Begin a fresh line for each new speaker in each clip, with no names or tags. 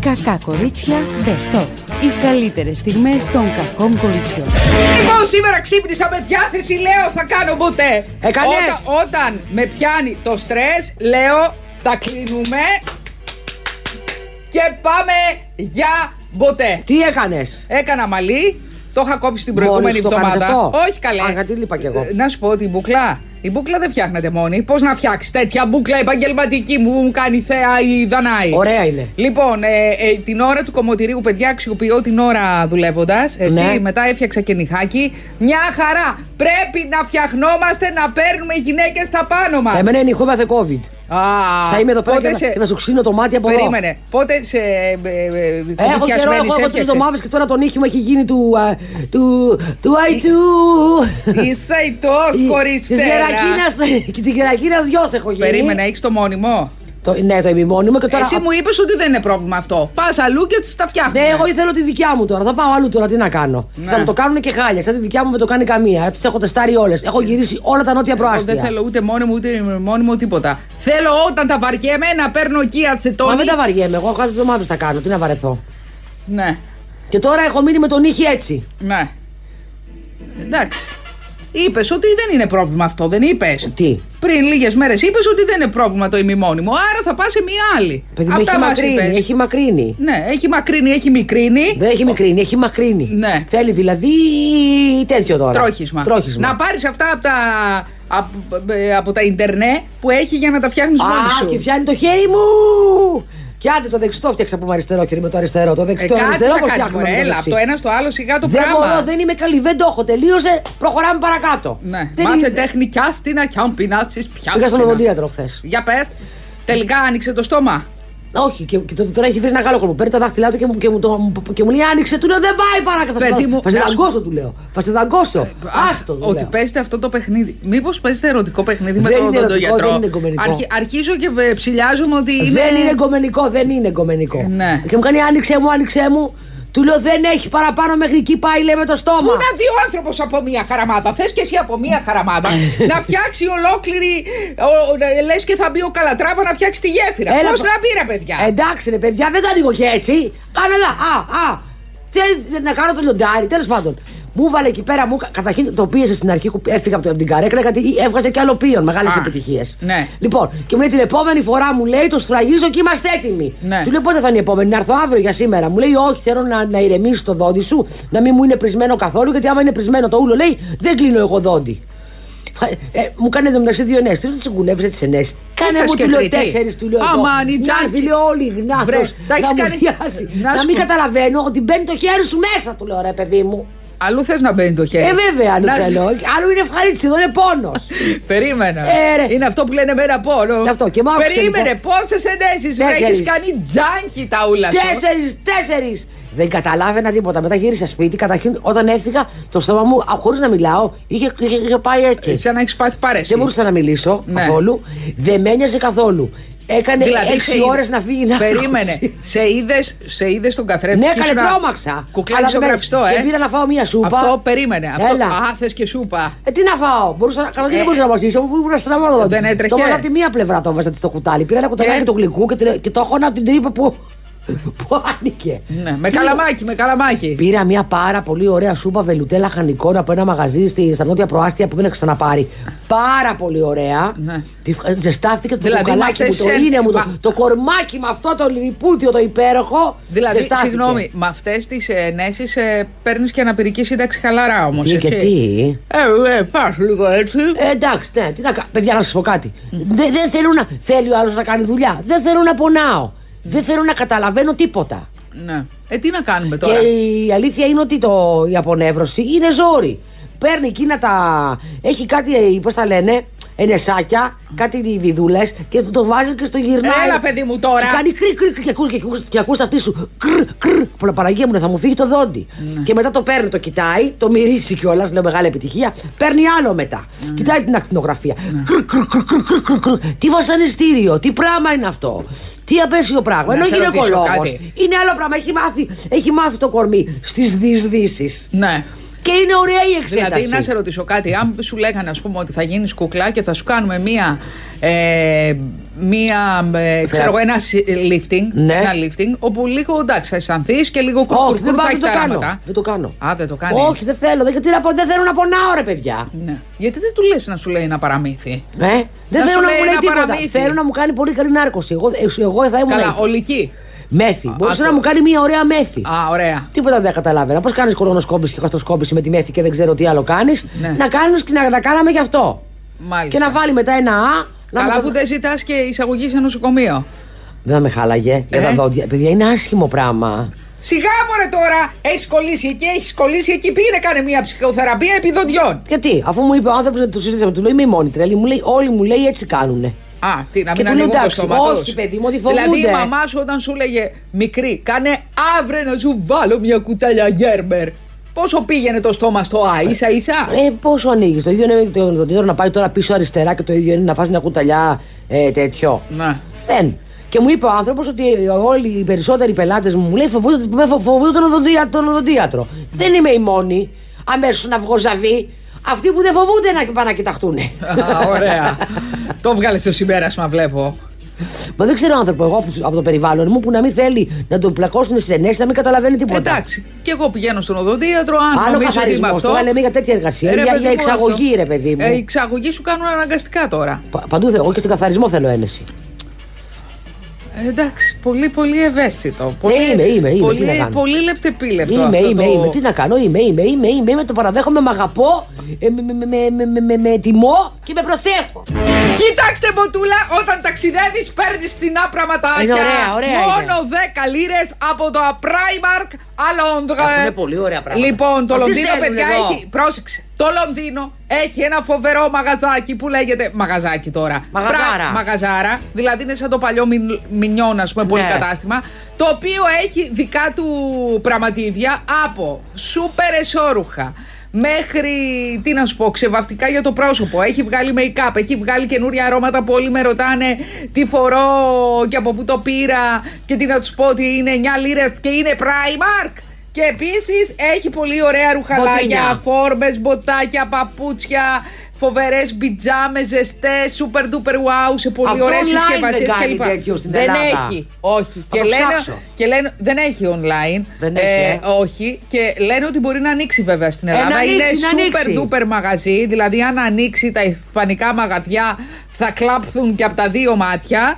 Κακά κορίτσια Best of. Οι καλύτερες στιγμές των κακών κοριτσιών.
Λοιπόν, σήμερα ξύπνησα με διάθεση, λέω θα κάνω μπουτέ.
Έκανες.
Όταν, όταν με πιάνει το στρες, λέω τα κλείνουμε και πάμε για μπουτέ.
Τι έκανες.
Έκανα μαλλί, το είχα κόψει την προηγούμενη
Μόλις το κάνεις
εβδομάδα.
αυτό?
Όχι καλέ.
Α, γιατί λείπα κι εγώ.
Ε, Να σου πω ότι η μπουκλά. Η μπουκλά δεν φτιάχνεται μόνη. Πώς να φτιάξεις τέτοια μπουκλά επαγγελματική που μου κάνει θέα η Δανάη.
Ωραία είναι.
Λοιπόν, ε, ε, την ώρα του κομμωτηρίου, παιδιά, αξιοποιώ την ώρα δουλεύοντας.
Ναι.
Μετά έφτιαξα και νυχάκι. Μια χαρά! Πρέπει να φτιαχνόμαστε να παίρνουμε γυναίκες στα πάνω μας.
Εμένα νυχόμαθε COVID. Θα είμαι εδώ πέρα και, θα- και θα σου ξύνω το μάτι από εδώ.
Περίμενε. Πότε σε. ε, ε, ε,
Έχω καιρό,
θυσιασμένη σε
εγώ έχω τρει
έφτιαξε?
εβδομάδε και τώρα το νύχημα έχει γίνει του. α, του. του Αϊτού.
Είσαι η τος
Τη
κοριστέρα.
γερακίνας. Και της γερακίνας δυο έχω γίνει.
Περίμενε, έχεις το μόνιμο.
Το, ναι, το ημιμόνιμο και τώρα.
Εσύ μου είπες ότι δεν είναι πρόβλημα αυτό. Πας αλλού και του τα φτιάχνουμε.
Ναι, εγώ ήθελα τη δικιά μου τώρα. Θα πάω αλλού τώρα. Τι να κάνω.
Ναι.
Θα μου το κάνουν και χάλια. Σαν τη δικιά μου με το κάνει καμία. Τις έχω τεστάρει όλες. Έχω γυρίσει όλα τα νότια
Εγώ
προάστια.
δεν θέλω ούτε μόνιμο ούτε μόνιμο τίποτα. Θέλω όταν τα βαριέμαι να παίρνω εκεί
Μα
ατσετόνι.
δεν τα βαριέμαι. Εγώ κάθε εβδομάδα τα κάνω. Τι να βαρεθώ.
Ναι,
Και τώρα έχω μείνει με τον νύχι έτσι.
ναι. Εντάξει. Είπες ότι δεν είναι πρόβλημα αυτό, δεν είπες.
Τι.
Πριν λίγες μέρες είπες ότι δεν είναι πρόβλημα το ημιμόνιμο, άρα θα πας σε μία άλλη.
Παιδί μου έχει
μας
μακρύνει.
είπες.
Έχει μακρύνει.
Ναι, έχει μακρύνει, έχει μικρύνει.
Δεν έχει μικρύνει, έχει μακρύνει.
Ναι.
Θέλει δηλαδή τέτοιο τώρα.
Τρόχισμα.
Τρόχισμα.
Να πάρεις αυτά από τα, από, από τα Ιντερνετ που έχει για να τα φτιάχνεις μόνη
Α,
σου. Ε,
και πιάνει το χέρι μου! Και άντε το δεξιτό φτιάξα από αριστερό χέρι με το αριστερό. Το
Ε,
δεξιτό
κάτι
αριστερό
θα
πώς
κάνεις,
φτιάχνουμε
μωρέ,
με το
έλα, από
δεξί.
το ένα στο άλλο σιγά το
δεν
πράγμα.
μπορώ, δεν είμαι καλή, δεν το έχω. Τελείωσε, προχωράμε παρακάτω.
Ναι.
Δεν
Μάθε
είναι-
τεχνικιά στήνα και αν πεινάσεις πια.
Πήγα στον
στήνα.
οδοντίατρο χθες.
Για πες, τελικά άνοιξε το στόμα.
Όχι, και, και τώρα έχει βρει ένα καλό κόλπο. Παίρνει τα δάχτυλά του και μου, και μου, το, μου- και μου λέει Άνοιξε, του λέω Δεν πάει παρακάτω. Θα σε
Παιδί
δα-
μου,
Θα σε
να σου-
δαγκώσω, του λέω. Θα σε δαγκώσω. Άστο. του
Ότι
λέω.
παίζετε αυτό το παιχνίδι. Μήπως παίζετε ερωτικό παιχνίδι με
Δεν
τον
είναι ερωτικό,
οδοντογιατρό.
δεν είναι εγκομενικό.
αρχίζω και ε, ψηλιάζομαι ότι είναι.
Δεν είναι εγκομενικό, δεν είναι εγκομενικό.
Ε, ναι.
Και μου κάνει άνοιξε μου, άνοιξε μου. Του λέω δεν έχει παραπάνω μέχρι εκεί πάει λέει με το στόμα.
Πού να δει ο άνθρωπος από μία χαραμάδα. Θες και εσύ από μία χαραμάδα να φτιάξει ολόκληρη. Λες και θα μπει ο Καλατράβα να φτιάξει τη γέφυρα.
Έλα,
Πώς
πα- Ε,
να μπει, ρε παιδιά.
Εντάξει ρε παιδιά δεν τα ανοίγω και έτσι. Κάνω εδώ, α, α. Τε- να κάνω το λιοντάρι, τέλος πάντων. Μου βάλε εκεί πέρα μου, κα- καταρχήν το πίεσε στην αρχή που έφυγα από, το- από την καρέκλα γιατί έβγαζε και άλλο πίον, μεγάλες
Α,
επιτυχίες.
ναι.
Λοιπόν, και μου λέει την επόμενη φορά μου λέει το σφραγίζω και είμαστε έτοιμοι.
Ναι.
Του λέω πότε θα είναι η επόμενη, να έρθω αύριο για σήμερα. Μου λέει όχι, θέλω να, να ηρεμήσει το δόντι σου, να μην μου είναι πρισμένο καθόλου, γιατί άμα είναι πρισμένο το ούλο λέει δεν κλείνω εγώ δόντι. Φα- Ε, μου κάνει εδώ μεταξύ δύο ενέσει. Τι δεν τι κουνεύει τι ενέσει. Κάνε
θες
μου
και
του λέω
τρίτη?
τέσσερις, του λέω.
Αμάν, η
εγώ. Να έρθει,
Τζάκη.
λέω όλοι γνάθος,
Βρε, τα έχεις
να μου
κάνει-
διάσει.
Να
Να,
σου
μην
πω.
καταλαβαίνω ότι μπαίνει το χέρι σου μέσα, του λέω ρε παιδί μου.
Αλλού θες να μπαίνει το χέρι.
Ε, βέβαια αν
Να-
θέλω. Άλλο είναι ευχαρίστηση, εδώ είναι πόνος.
Περίμενα.
Ε, ρε.
είναι αυτό που λένε με ένα πόνο.
Αυτό, και μ' άκουσε,
Περίμενε,
λοιπόν.
πόσες ενέσεις
Τέσσερις.
έχει κάνει τζάνκι τα ούλα σου.
τέσσερις, τέσσερις. Δεν καταλάβαινα τίποτα. Μετά γύρισα σπίτι. Καταρχήν, όταν έφυγα, το στόμα μου, χωρίς να μιλάω, είχε, είχε, είχε πάει έτσι.
Ε, Σαν να έχεις πάθει παρέση.
Δεν μπορούσα να μιλήσω
Ναι. Δηλαδή,
καθόλου. Δεν με ένοιαζε καθόλου. Έκανε
σε
έξι
είδε-
ώρες να φύγει να
Περίμενε.
ακούσει.
σε είδες σε είδες στον καθρέφτη.
Ναι,
και
καλέ,
ήσουν να-
τρόμαξα.
Κουκλάκι
Αλλά
στο
με-
γραφιστό, ε.
Και πήρα να φάω μία σούπα.
Αυτό περίμενε. Αυτό.
Έλα.
Α, θες και σούπα.
Ε, τι να φάω. Μπορούσα να. Καλά,
Ε,
δεν μπορούσα να βοηθήσω. Μου ήμουν στραβό. εδώ.
δεν έτρεχε.
Το έβαλα από τη μία πλευρά το έβαζα στο κουτάλι. Πήρα ένα
Ε.
κουταλάκι του γλυκού και, την- και το έχωνα από την τρύπα που. που άνοιγε.
Ναι, με
Τι-
καλαμάκι, με καλαμάκι.
Πήρα μια πάρα πολύ ωραία σούπα βελουτέ λαχανικών από ένα μαγαζί στη, στα νότια προάστια που δεν έχω ξαναπάρει. Πάρα πολύ ωραία.
Ναι.
Τη φ- ζεστάθηκε το
Δηλαδή,
κουκαλάκι
μα
μου,
θες
το
εν-
ίνε μου, το,
μα-
το κορμάκι με αυτό το λιπούτιο το υπέροχο.
Δηλαδή,
ζεστάθηκε.
συγγνώμη, με αυτές τις ενέσει παίρνει ε, και αναπηρική σύνταξη χαλαρά όμως.
Τι και τι.
Ε, ε, πας λίγο έτσι.
Ε, εντάξει, ναι, τι να κάνω. Παιδιά, να σας πω κάτι. Δεν, δεν θέλω να. Θέλει ο άλλος να κάνει δουλειά. Δεν θέλω να πονάω. Δεν θέλω να καταλαβαίνω τίποτα.
Ναι. Ε, τι να κάνουμε τώρα.
Και η αλήθεια είναι ότι το, η απονεύρωση είναι ζόρι. Παίρνει εκείνα τα. Έχει κάτι, πώς τα λένε, ενεσάκια, κάτι βιδούλες και του το βάζει και στο γυρνάει.
Έλα, παιδί μου, τώρα.
Και κάνει κρυ, κρυ, κρυ, και ακούς, και ακούς, και ακούς τα αυτή σου. Κρυ, κρυ. Πολα- Παναγία μου, ναι, θα μου φύγει το δόντι.
Ναι.
Και μετά το παίρνει, το κοιτάει, το μυρίζει κιόλας, λέω μεγάλη επιτυχία. Παίρνει άλλο μετά.
Ναι.
Κοιτάει την ακτινογραφία. Κρυ, κρυ, κρυ, κρυ, κρυ, κρυ, κρυ. Τι βασανιστήριο, τι πράγμα είναι αυτό. Τι απέσιο πράγμα.
Να
Ενώ
σε ρωτήσω
γυναικολόγος.
κάτι.
Είναι άλλο πράγμα. Έχει μάθει, έχει μάθει το κορμί στις διεισδύσει.
Ναι.
Και είναι ωραία η εξέταση.
Δηλαδή, να σε ρωτήσω κάτι. Αν σου λέγανε, ας πούμε, ότι θα γίνεις κουκλά και θα σου κάνουμε μία ε, μία, ε, ξέρω εγώ, ένα σι- lifting,
Ναι.
ένα lifting, όπου λίγο εντάξει θα αισθανθείς και λίγο
Όχι, δεν
κουκουρκούρ
πάω,
θα
δεν
έχει
το
τα
κάνω.
ράματα.
Δεν το κάνω.
Α, δεν το κάνεις.
Όχι, δεν θέλω. Δεν, γιατί να πω, δεν θέλω να πονάω, ρε παιδιά.
Ναι. Γιατί δεν του λες να σου λέει ένα παραμύθι.
Ε, δεν
Να σου
θέλω να
λέει
μου λέει
ένα
τίποτα.
παραμύθι.
Θέλω να μου κάνει πολύ καλή νάρκωση. Εγώ, ε, εγώ θα ήμουν.
Καλά,
έτσι.
ολική.
Μέθη. Μπορούσε
άκου.
να μου κάνει μια ωραία μέθη.
Α, ωραία.
Τίποτα δεν καταλάβαινα. Πώς κάνεις κορονοσκόπηση και καστοσκόπηση με τη μέθη και δεν ξέρω τι άλλο κάνεις.
Ναι.
Να, κάνεις, να, να κάναμε γι' αυτό.
Μάλιστα.
Και να βάλει μετά ένα Α. Να
Καλά
μου-
που δεν ζητάς και εισαγωγή σε νοσοκομείο.
Δεν θα με χάλαγε για τα
Ε.
δόντια. Παιδιά, είναι άσχημο πράγμα.
Σιγά μωρέ τώρα! Έχεις κολλήσει εκεί, έχεις κολλήσει εκεί. Πήγαινε κάνε μια ψυχοθεραπεία επί δοντιών.
Γιατί, αφού μου είπε ο άνθρωπος, του συζήτησαμε, του λέει Είμαι η μόνη τρελή, μου λέει Όλοι μου λέει έτσι κάνουνε.
Α, τι, να μην
Και του λέω,
ανοίγουν το
«Εντάξει,
στόμα τους.
όχι, παιδί μου, ότι
Δηλαδή η
φοβούνται.
μαμά σου όταν σου λέγε μικρή, κάνε αύριο να σου βάλω μια κουτάλια γκέρμπερ. Πόσο πήγαινε το στόμα στο Α, ίσα ίσα.
Ε, πόσο ανοίγεις. Το ίδιο είναι με το δοντίδωρο να πάει τώρα πίσω αριστερά και το ίδιο είναι να φας μια κουταλιά ε, τέτοιο.
Να.
Δεν. Και μου είπε ο άνθρωπος ότι όλοι οι περισσότεροι πελάτες μου μου λέει φοβούνται, με φο- φοβούνται τον, οδοντία, τον οδοντίατρο. Δεν είμαι η μόνη. Αμέσως να βγω ζαβή. Αυτοί που δεν φοβούνται να πάνε να κοιταχτούν.
Α, ωραία. το βγάλε το συμπέρασμα, βλέπω.
Μα δεν ξέρω άνθρωπο εγώ από τους- από το περιβάλλον μου που να μην θέλει να τον πλακώσουν στι ενέσει, να μην καταλαβαίνει τίποτα.
Εντάξει, και εγώ πηγαίνω στον οδοντίατρο, αν
Άλλο
νομίζω ότι είμαι
καθαρισμό.
αυτό. Ε,
Τώρα λέμε για τέτοια εργασία.
ρε
για,
παιδί
για
μου,
εξαγωγή,
αυτό.
ρε παιδί μου.
Ε, εξαγωγή σου κάνουν αναγκαστικά τώρα.
Πα- Παντού θέλω. Εγώ και στον καθαρισμό θέλω ένεση.
Ε, εντάξει, πολύ πολύ ευαίσθητο. Πολύ,
Ε, είμαι, είμαι, είμαι, τι να
Πολύ,
κάνω.
πολύ λεπτεπίλεπτο
Είμαι,
αυτό
είμαι,
το...
είμαι. Τι να κάνω, είμαι, είμαι, είμαι, είμαι, είμαι, το παραδέχομαι, με αγαπώ, ε, με, με, με, με, με, με, με τιμώ και με προσέχω.
Κοιτάξτε, Μποτούλα, όταν ταξιδεύεις, παίρνεις φτηνά πραγματάκια.
Είναι ωραία, ωραία
Μόνο 10 λίρες από το Primark Alondra.
Έχουν πολύ ωραία πράγματα.
Λοιπόν, το
Αυτές
Λονδίνο,
θέλουν
παιδιά,
εδώ.
έχει. Πρόσεξε. Το Λονδίνο έχει ένα φοβερό μαγαζάκι που λέγεται. Μαγαζάκι τώρα.
Μαγαζάρα.
μαγαζάρα. Δηλαδή είναι σαν το παλιό μιν, μινιόν, ας πούμε, πολύ κατάστημα. Το οποίο έχει δικά του πραγματίδια από σούπερ εσώρουχα μέχρι, τι να σου πω, ξεβαφτικά για το πρόσωπο. Έχει βγάλει make-up, έχει βγάλει καινούρια αρώματα που όλοι με ρωτάνε τι φορώ και από πού το πήρα και τι να τους πω ότι είναι 9 λίρε και είναι Primark. Και επίσης έχει πολύ ωραία
Μποτίνια.
ρουχαλάκια, φόρμε, μποτάκια, παπούτσια, φοβερές πιτζάμες, ζεστές, super duper wow σε πολύ
Αυτό
ωραίες
online
συσκευασίε
δεν κάνει
κλπ.
τέτοιο στην
δεν
Ελλάδα.
έχει. Όχι.
το
Και λένε,
ψάξω.
και λένε, δεν έχει online.
Δεν έχει, ε.
Όχι. Και λένε ότι μπορεί να ανοίξει βέβαια στην
Ε,
Ελλάδα.
να ανοίξει,
Είναι
να ανοίξει.
super duper μαγαζί. Δηλαδή, αν ανοίξει τα ισπανικά μαγαζιά, θα κλάψουν και από τα δύο μάτια.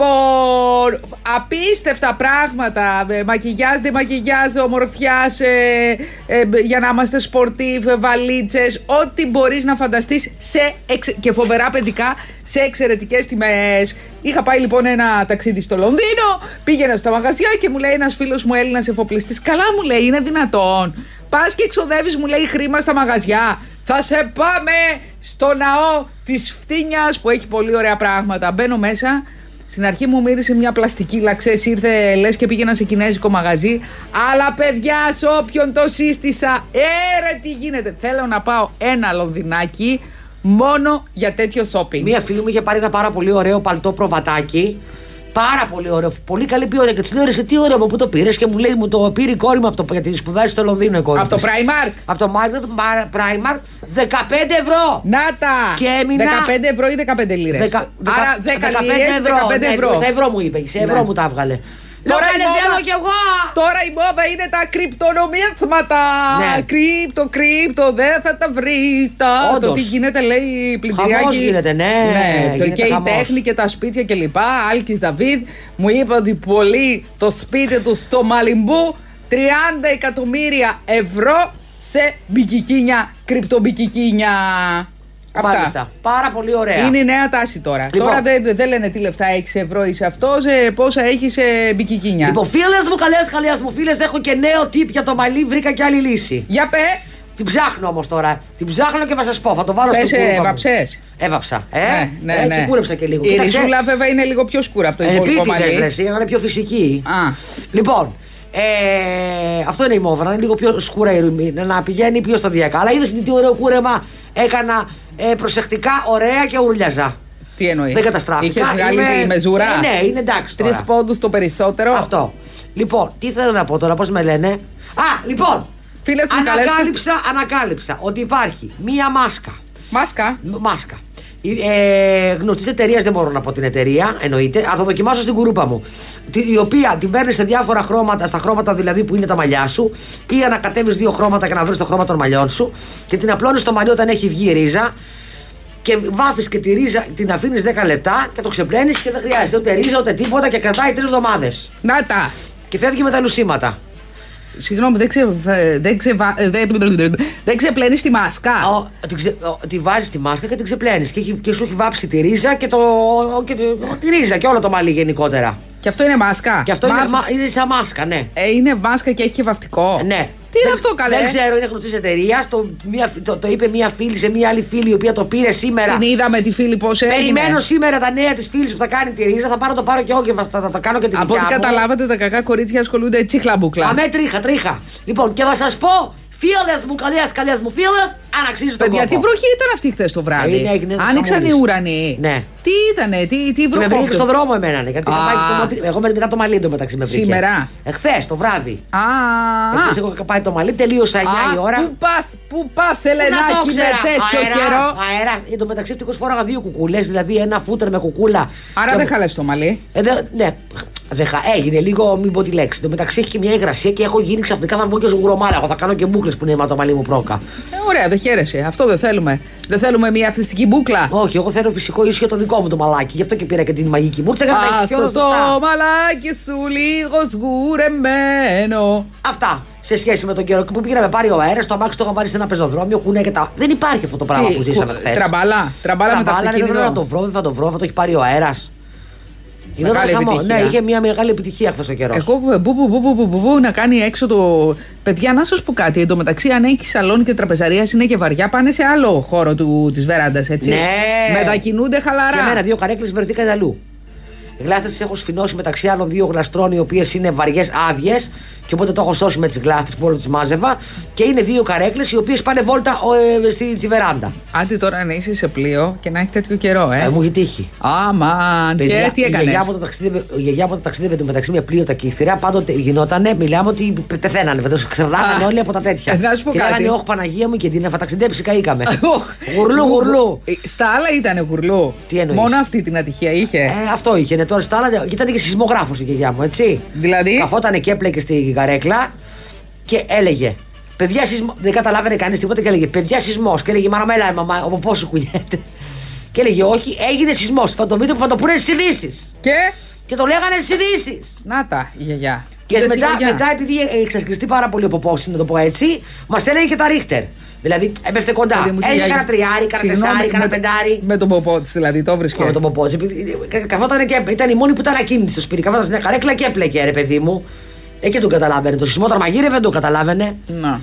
Λοιπόν, απίστευτα πράγματα. ε, Μακιγιάζ, δεν μακιγιάζ, ομορφιά, ε, ε, για να είμαστε σπορτίβ, βαλίτσες. Ό,τι μπορείς να φανταστείς σε εξε- και φοβερά παιδικά σε εξαιρετικές τιμές. Είχα πάει λοιπόν ένα ταξίδι στο Λονδίνο, πήγαινα στα μαγαζιά και μου λέει ένας φίλος μου Έλληνας εφοπλιστής. Καλά, μου λέει, είναι δυνατόν. Πας και εξοδεύεις, μου λέει, χρήμα στα μαγαζιά. Θα σε πάμε στο ναό της φτύνιας που έχει πολύ ωραία πράγματα. Μπαίνω μέσα. Στην αρχή μου μύρισε μια πλαστική λαξέ, ήρθε λες και πήγαινα σε κινέζικο μαγαζί. Αλλά παιδιά, σε όποιον το σύστησα, έρε τι γίνεται. Θέλω να πάω ένα λονδινάκι μόνο για τέτοιο shopping.
Μία φίλη μου είχε πάρει ένα πάρα πολύ ωραίο παλτό προβατάκι. Πάρα πολύ ωραίο, πολύ καλή ποιότητα. Και τη λέω: «Ρε, Σε τι ωραίο, από πού το πήρες και μου λέει: Μου το πήρε η κόρη μου από το, γιατί σπουδάζει στο Λονδίνο η κόρη
Από το
της».
Primark.
Από το Market Mar- Primark 15 ευρώ.
Να τα!
Και έμεινα-
15 ευρώ ή 15 λίρες.
Δεκα-
Άρα 10
δεκα-
λίρε, 15
ναι,
ευρώ.
Στα ευρώ μου είπες, σε ευρώ
Ναι.
μου τα έβγαλε. Λέω,
Τώρα η
«Κάνε
μόδα,
διάλογο κι εγώ.
τώρα η μόδα είναι τα κρυπτονομίσματα.
Ναι.
Κρύπτο, κρύπτο, δεν θα τα βρει. Τα,
Όντως.
το τι γίνεται, λέει η πλημμυριακή.
Χαμός γίνεται, ναι.
το-
Γίνεται
και
χαμός.
η τέχνη και τα σπίτια κλπ. Άλκης Δαβίδ μου είπε ότι πολύ το σπίτι του στο Μαλιμπού 30 εκατομμύρια ευρώ σε μπικικίνια, κρυπτομπικικίνια. Αυτά.
Μάλιστα. Πάρα πολύ ωραία.
Είναι η νέα τάση τώρα.
Λοιπόν.
Τώρα δεν δεν λένε τι λεφτά έχεις σε ευρώ ή σε αυτό, σε πόσα έχεις σε μπικικίνια.
Λοιπόν, φίλες μου, καλές, καλές μου φίλες, έχω και νέο τύπ για το μαλλί, βρήκα και άλλη λύση.
Για πε.
Την ψάχνω όμως τώρα. Την ψάχνω και θα σας πω. Θα το βάλω
Θες, ε,
στο κούρεμα μου.
έβαψες? Ναι,
Έβαψα. Ε, ε, και κούρεψα και λίγο. ε.
Η
Κοίταξε,
ρίζουλα βέβαια είναι λίγο πιο σκούρα από το υπόλοιπο
Επίτηδε,
μαλλί.
ρε, εσύ, να είναι πιο φυσική.
Α.
Λοιπόν, ε, αυτό είναι η μόδα, να είναι λίγο πιο σκούρα η ρουμή, να- να πηγαίνει πιο σταδιακά. Αλλά είδες τι ωραίο κούρεμα έκανα ε, προσεκτικά, ωραία και ουρλιαζά.
Τι εννοείς.
Δεν καταστράφηκα.
Είχες βγάλει
Είμαι-
τη μεζούρα.
Ε, ναι, είναι εντάξει τώρα.
Τρει πόντους το περισσότερο.
Αυτό. Λοιπόν, τι θέλω να πω τώρα, πώς με λένε. Α, λοιπόν.
Φίλες μου, καλές-
ανακάλυψα, ανακάλυψα ότι υπάρχει μία μάσκα.
Μάσκα.
Μ- Μάσκα. Ε, Γνωστής εταιρείας, δεν μπορώ να πω την εταιρεία, εννοείται. Α, θα δοκιμάσω στην κουρούπα μου. Τη- Η οποία την παίρνεις σε διάφορα χρώματα, στα χρώματα δηλαδή που είναι τα μαλλιά σου, ή ανακατεύεις δύο χρώματα για να βρεις το χρώμα των μαλλιών σου και την απλώνεις στο μαλλιό όταν έχει βγει η ρίζα. Και βάφεις και τη ρίζα, την αφήνεις 10 λεπτά και το ξεπλένεις και δεν χρειάζεται ούτε ρίζα ούτε τίποτα και κρατάει τρεις εβδομάδες.
Να τα.
Και φεύγει με τα λουσίματα.
Συγγνώμη, δεν, ξε, ε, δεν, ξεβα- δεν, δεν ξεπλένεις τη μάσκα.
Α, ο- την ξε- ο- τη βάζεις τη μάσκα και την ξεπλένεις. Και, έχει- και σου έχει βάψει τη ρίζα και, το, και το- τη ρίζα και όλο το μαλλί γενικότερα.
Και αυτό είναι μάσκα.
Και αυτό είναι,
Μα-
μα- είναι σαν μάσκα, ναι.
Ε, είναι μάσκα και έχει και βαφτικό.
Ναι.
Τι είναι
Δεν-
αυτό, καλέ.
Δεν ξέρω, είναι γνωστή εταιρεία. Το, μία- το, το είπε μία φίλη σε μία άλλη φίλη η οποία το πήρε σήμερα.
Την είδαμε τη φίλη πώς έγινε.
Περιμένω σήμερα τα νέα της φίλης που θα κάνει τη ρίζα. Θα πάρω το πάρω και εγώ και θα, θα, το κάνω και την
Από ό,τι καταλάβατε, τα κακά κορίτσια ασχολούνται τσίχλα μπουκλά.
Αμέ τρίχα, τρίχα. Λοιπόν, και θα σας πω, φίλες μου, καλές, καλές μου φίλες, αν αξίζει το
Παιδιά,
κόπο.
τι βροχή ήταν αυτή χθες το βράδυ.
Ε, είναι, έγινε
Άνοιξαν οι
χαμούλης.
ουρανοί.
Ναι.
Τι ήτανε, τι, τι
Και με βρήκε
βροχόπτωση.
στον δρόμο εμένα, ναι, γιατί είχα
Α.
πάει και το μάτι- Εγώ με- μετά το μαλλί το μεταξύ με βρήκε.
Σήμερα.
Εχθές το βράδυ.
Α,
Εχθές εγώ είχα πάει το μαλλί, τελείωσα 9
α,
η ώρα.
Πού πας, πού πας,
Να το
Ελενάκη, με
ξέρα.
τέτοιο
αέρα,
καιρό.
Αέρα. Εν τω μεταξύ, ευτυχώς φόραγα δύο κουκουλέ, δηλαδή ένα φούτερ με κουκούλα.
Άρα
Και-
δεν χαλέ το μαλλί.
Ε, δε, ναι, δεν χα... έγινε λίγο, μην πω τη λέξη. Εν τω μεταξύ έχει και μια υγρασία και έχω γίνει ξαφνικά θα βγω και ζουγουρομάλαγο. Θα κάνω και μπουκλες που είναι το μαλλί μου πρόκα.
Ε, ωραία, δεν χαίρεσαι. Αυτό δεν θέλουμε. Δεν θέλουμε μια αθλητική μπουκλα.
Όχι, εγώ θέλω φυσικό ίσιο το δικό μου το μαλάκι. Γι' αυτό και πήρα και την μαγική μούρτσα για να τα έχεις
Άστο
όλα
το
σωστά.
μαλάκι σου λίγος σγουρεμένο.
Αυτά σε σχέση με τον καιρό που πήγαμε πάρει ο αέρας, το αμάξι το είχα βάλει σε ένα πεζοδρόμιο, κουνέ και τα. Δεν υπάρχει αυτό το πράγμα
Τι,
που ζήσαμε
κου-
χθες.
τραμπάλα, τραμπάλα με το
Δεν μπορώ να το
αυτοκίνητο.
βρω, δεν θα το βρω, θα το έχει πάρει ο αέρας.
Μεγάλη επιτυχία.
Ναι, είχε μια μεγάλη επιτυχία χθες ο καιρός.
Εγώ ε, μπου, μπου, μπου, μπου, μπου, μπου, μπου, να κάνει έξω το. Παιδιά, να σας πω κάτι. Εν τω μεταξύ, αν έχει σαλόν και τραπεζαρίας είναι και βαριά, πάνε σε άλλο χώρο της βεράντας, έτσι.
Ναι.
Μετακινούνται χαλαρά.
Και εμένα δύο καρέκλες βρεθήκαν αλλού. Γλάστε τις έχω σφινώσει μεταξύ άλλων δύο γλαστρών οι οποίες είναι βαριές άδειες και οπότε το έχω σώσει με τις γλάστε που όλο τις μάζευα. Και είναι δύο καρέκλες οι οποίες πάνε βόλτα ο, ε, στη, στη βεράντα.
Άντε τώρα να είσαι σε πλοίο και να έχει τέτοιο καιρό, ε.
Ε, μου έχει τύχει.
Αμαν.
Παιδιά,
Και τι
η
έκανες.
γιαγιά μου όταν ταξίδευε- Η γιαγιά μου όταν ταξίδευε το μεταξύ με πλοίο τα κύφυρα, πάντοτε γινότανε, μιλάμε ότι πε- πεθαίνανε. Βέβαια, ξερνάγανε
Α,
όλοι από τα τέτοια.
ε, να σου πω
και
κάτι.
λέγανε, Όχι, Παναγία μου και τι να θα ταξιδέψει, καήκαμε. γουρλού, γουρλού.
Ε, Στα άλλα ήταν γουρλού.
Τι εννοείς?
Μόνο αυτή την ατυχία είχε.
Ε, αυτό είχε. Ναι, τώρα στα άλλα. Και ήταν και σεισμογράφος η γιαγιά μου, έτσι.
Δηλαδή?
Καθόταν και έπλεκε στην καρέκλα και έλεγε. Παιδιά σεισμό. Δεν καταλάβαινε κανείς τίποτα και έλεγε Παιδιά σεισμός. Και έλεγε Μάνα μέλα, μαμά, από πώ σου κουνιέται. Και έλεγε Όχι, έγινε σεισμός. Θα το δείτε που θα το πούνε στις ειδήσεις.
Και.
Και το λέγανε στις ειδήσεις.
Να τα, η γιαγιά.
Και
Είδες η
μετά,
γιαγιά.
μετά, επειδή ε, εξασκριστεί πάρα πολύ ο ποπό, να το πω έτσι, μας τα έλεγε και τα ρίχτερ. Δηλαδή, έπεφτε κοντά.
Παιδί μου, τη
Έλεγε
γιαγιά.
κανένα τριάρι, κανένα
Συγγνώμη,
τεσάρι, κανένα
με-
πεντάρι.
Με τον ποπό της δηλαδή, το βρίσκε.
Με τον Ποπότζη. επειδή, ε, Καθόταν και ήταν η μόνη που ήταν ακίνητη στο σπίτι. Καθόταν σε μια καρέκλα και έπλεκε, ρε παιδί μου. Ε, και τον καταλάβαινε. Το σεισμό όταν μαγείρευε δεν τον καταλάβαινε.
Να.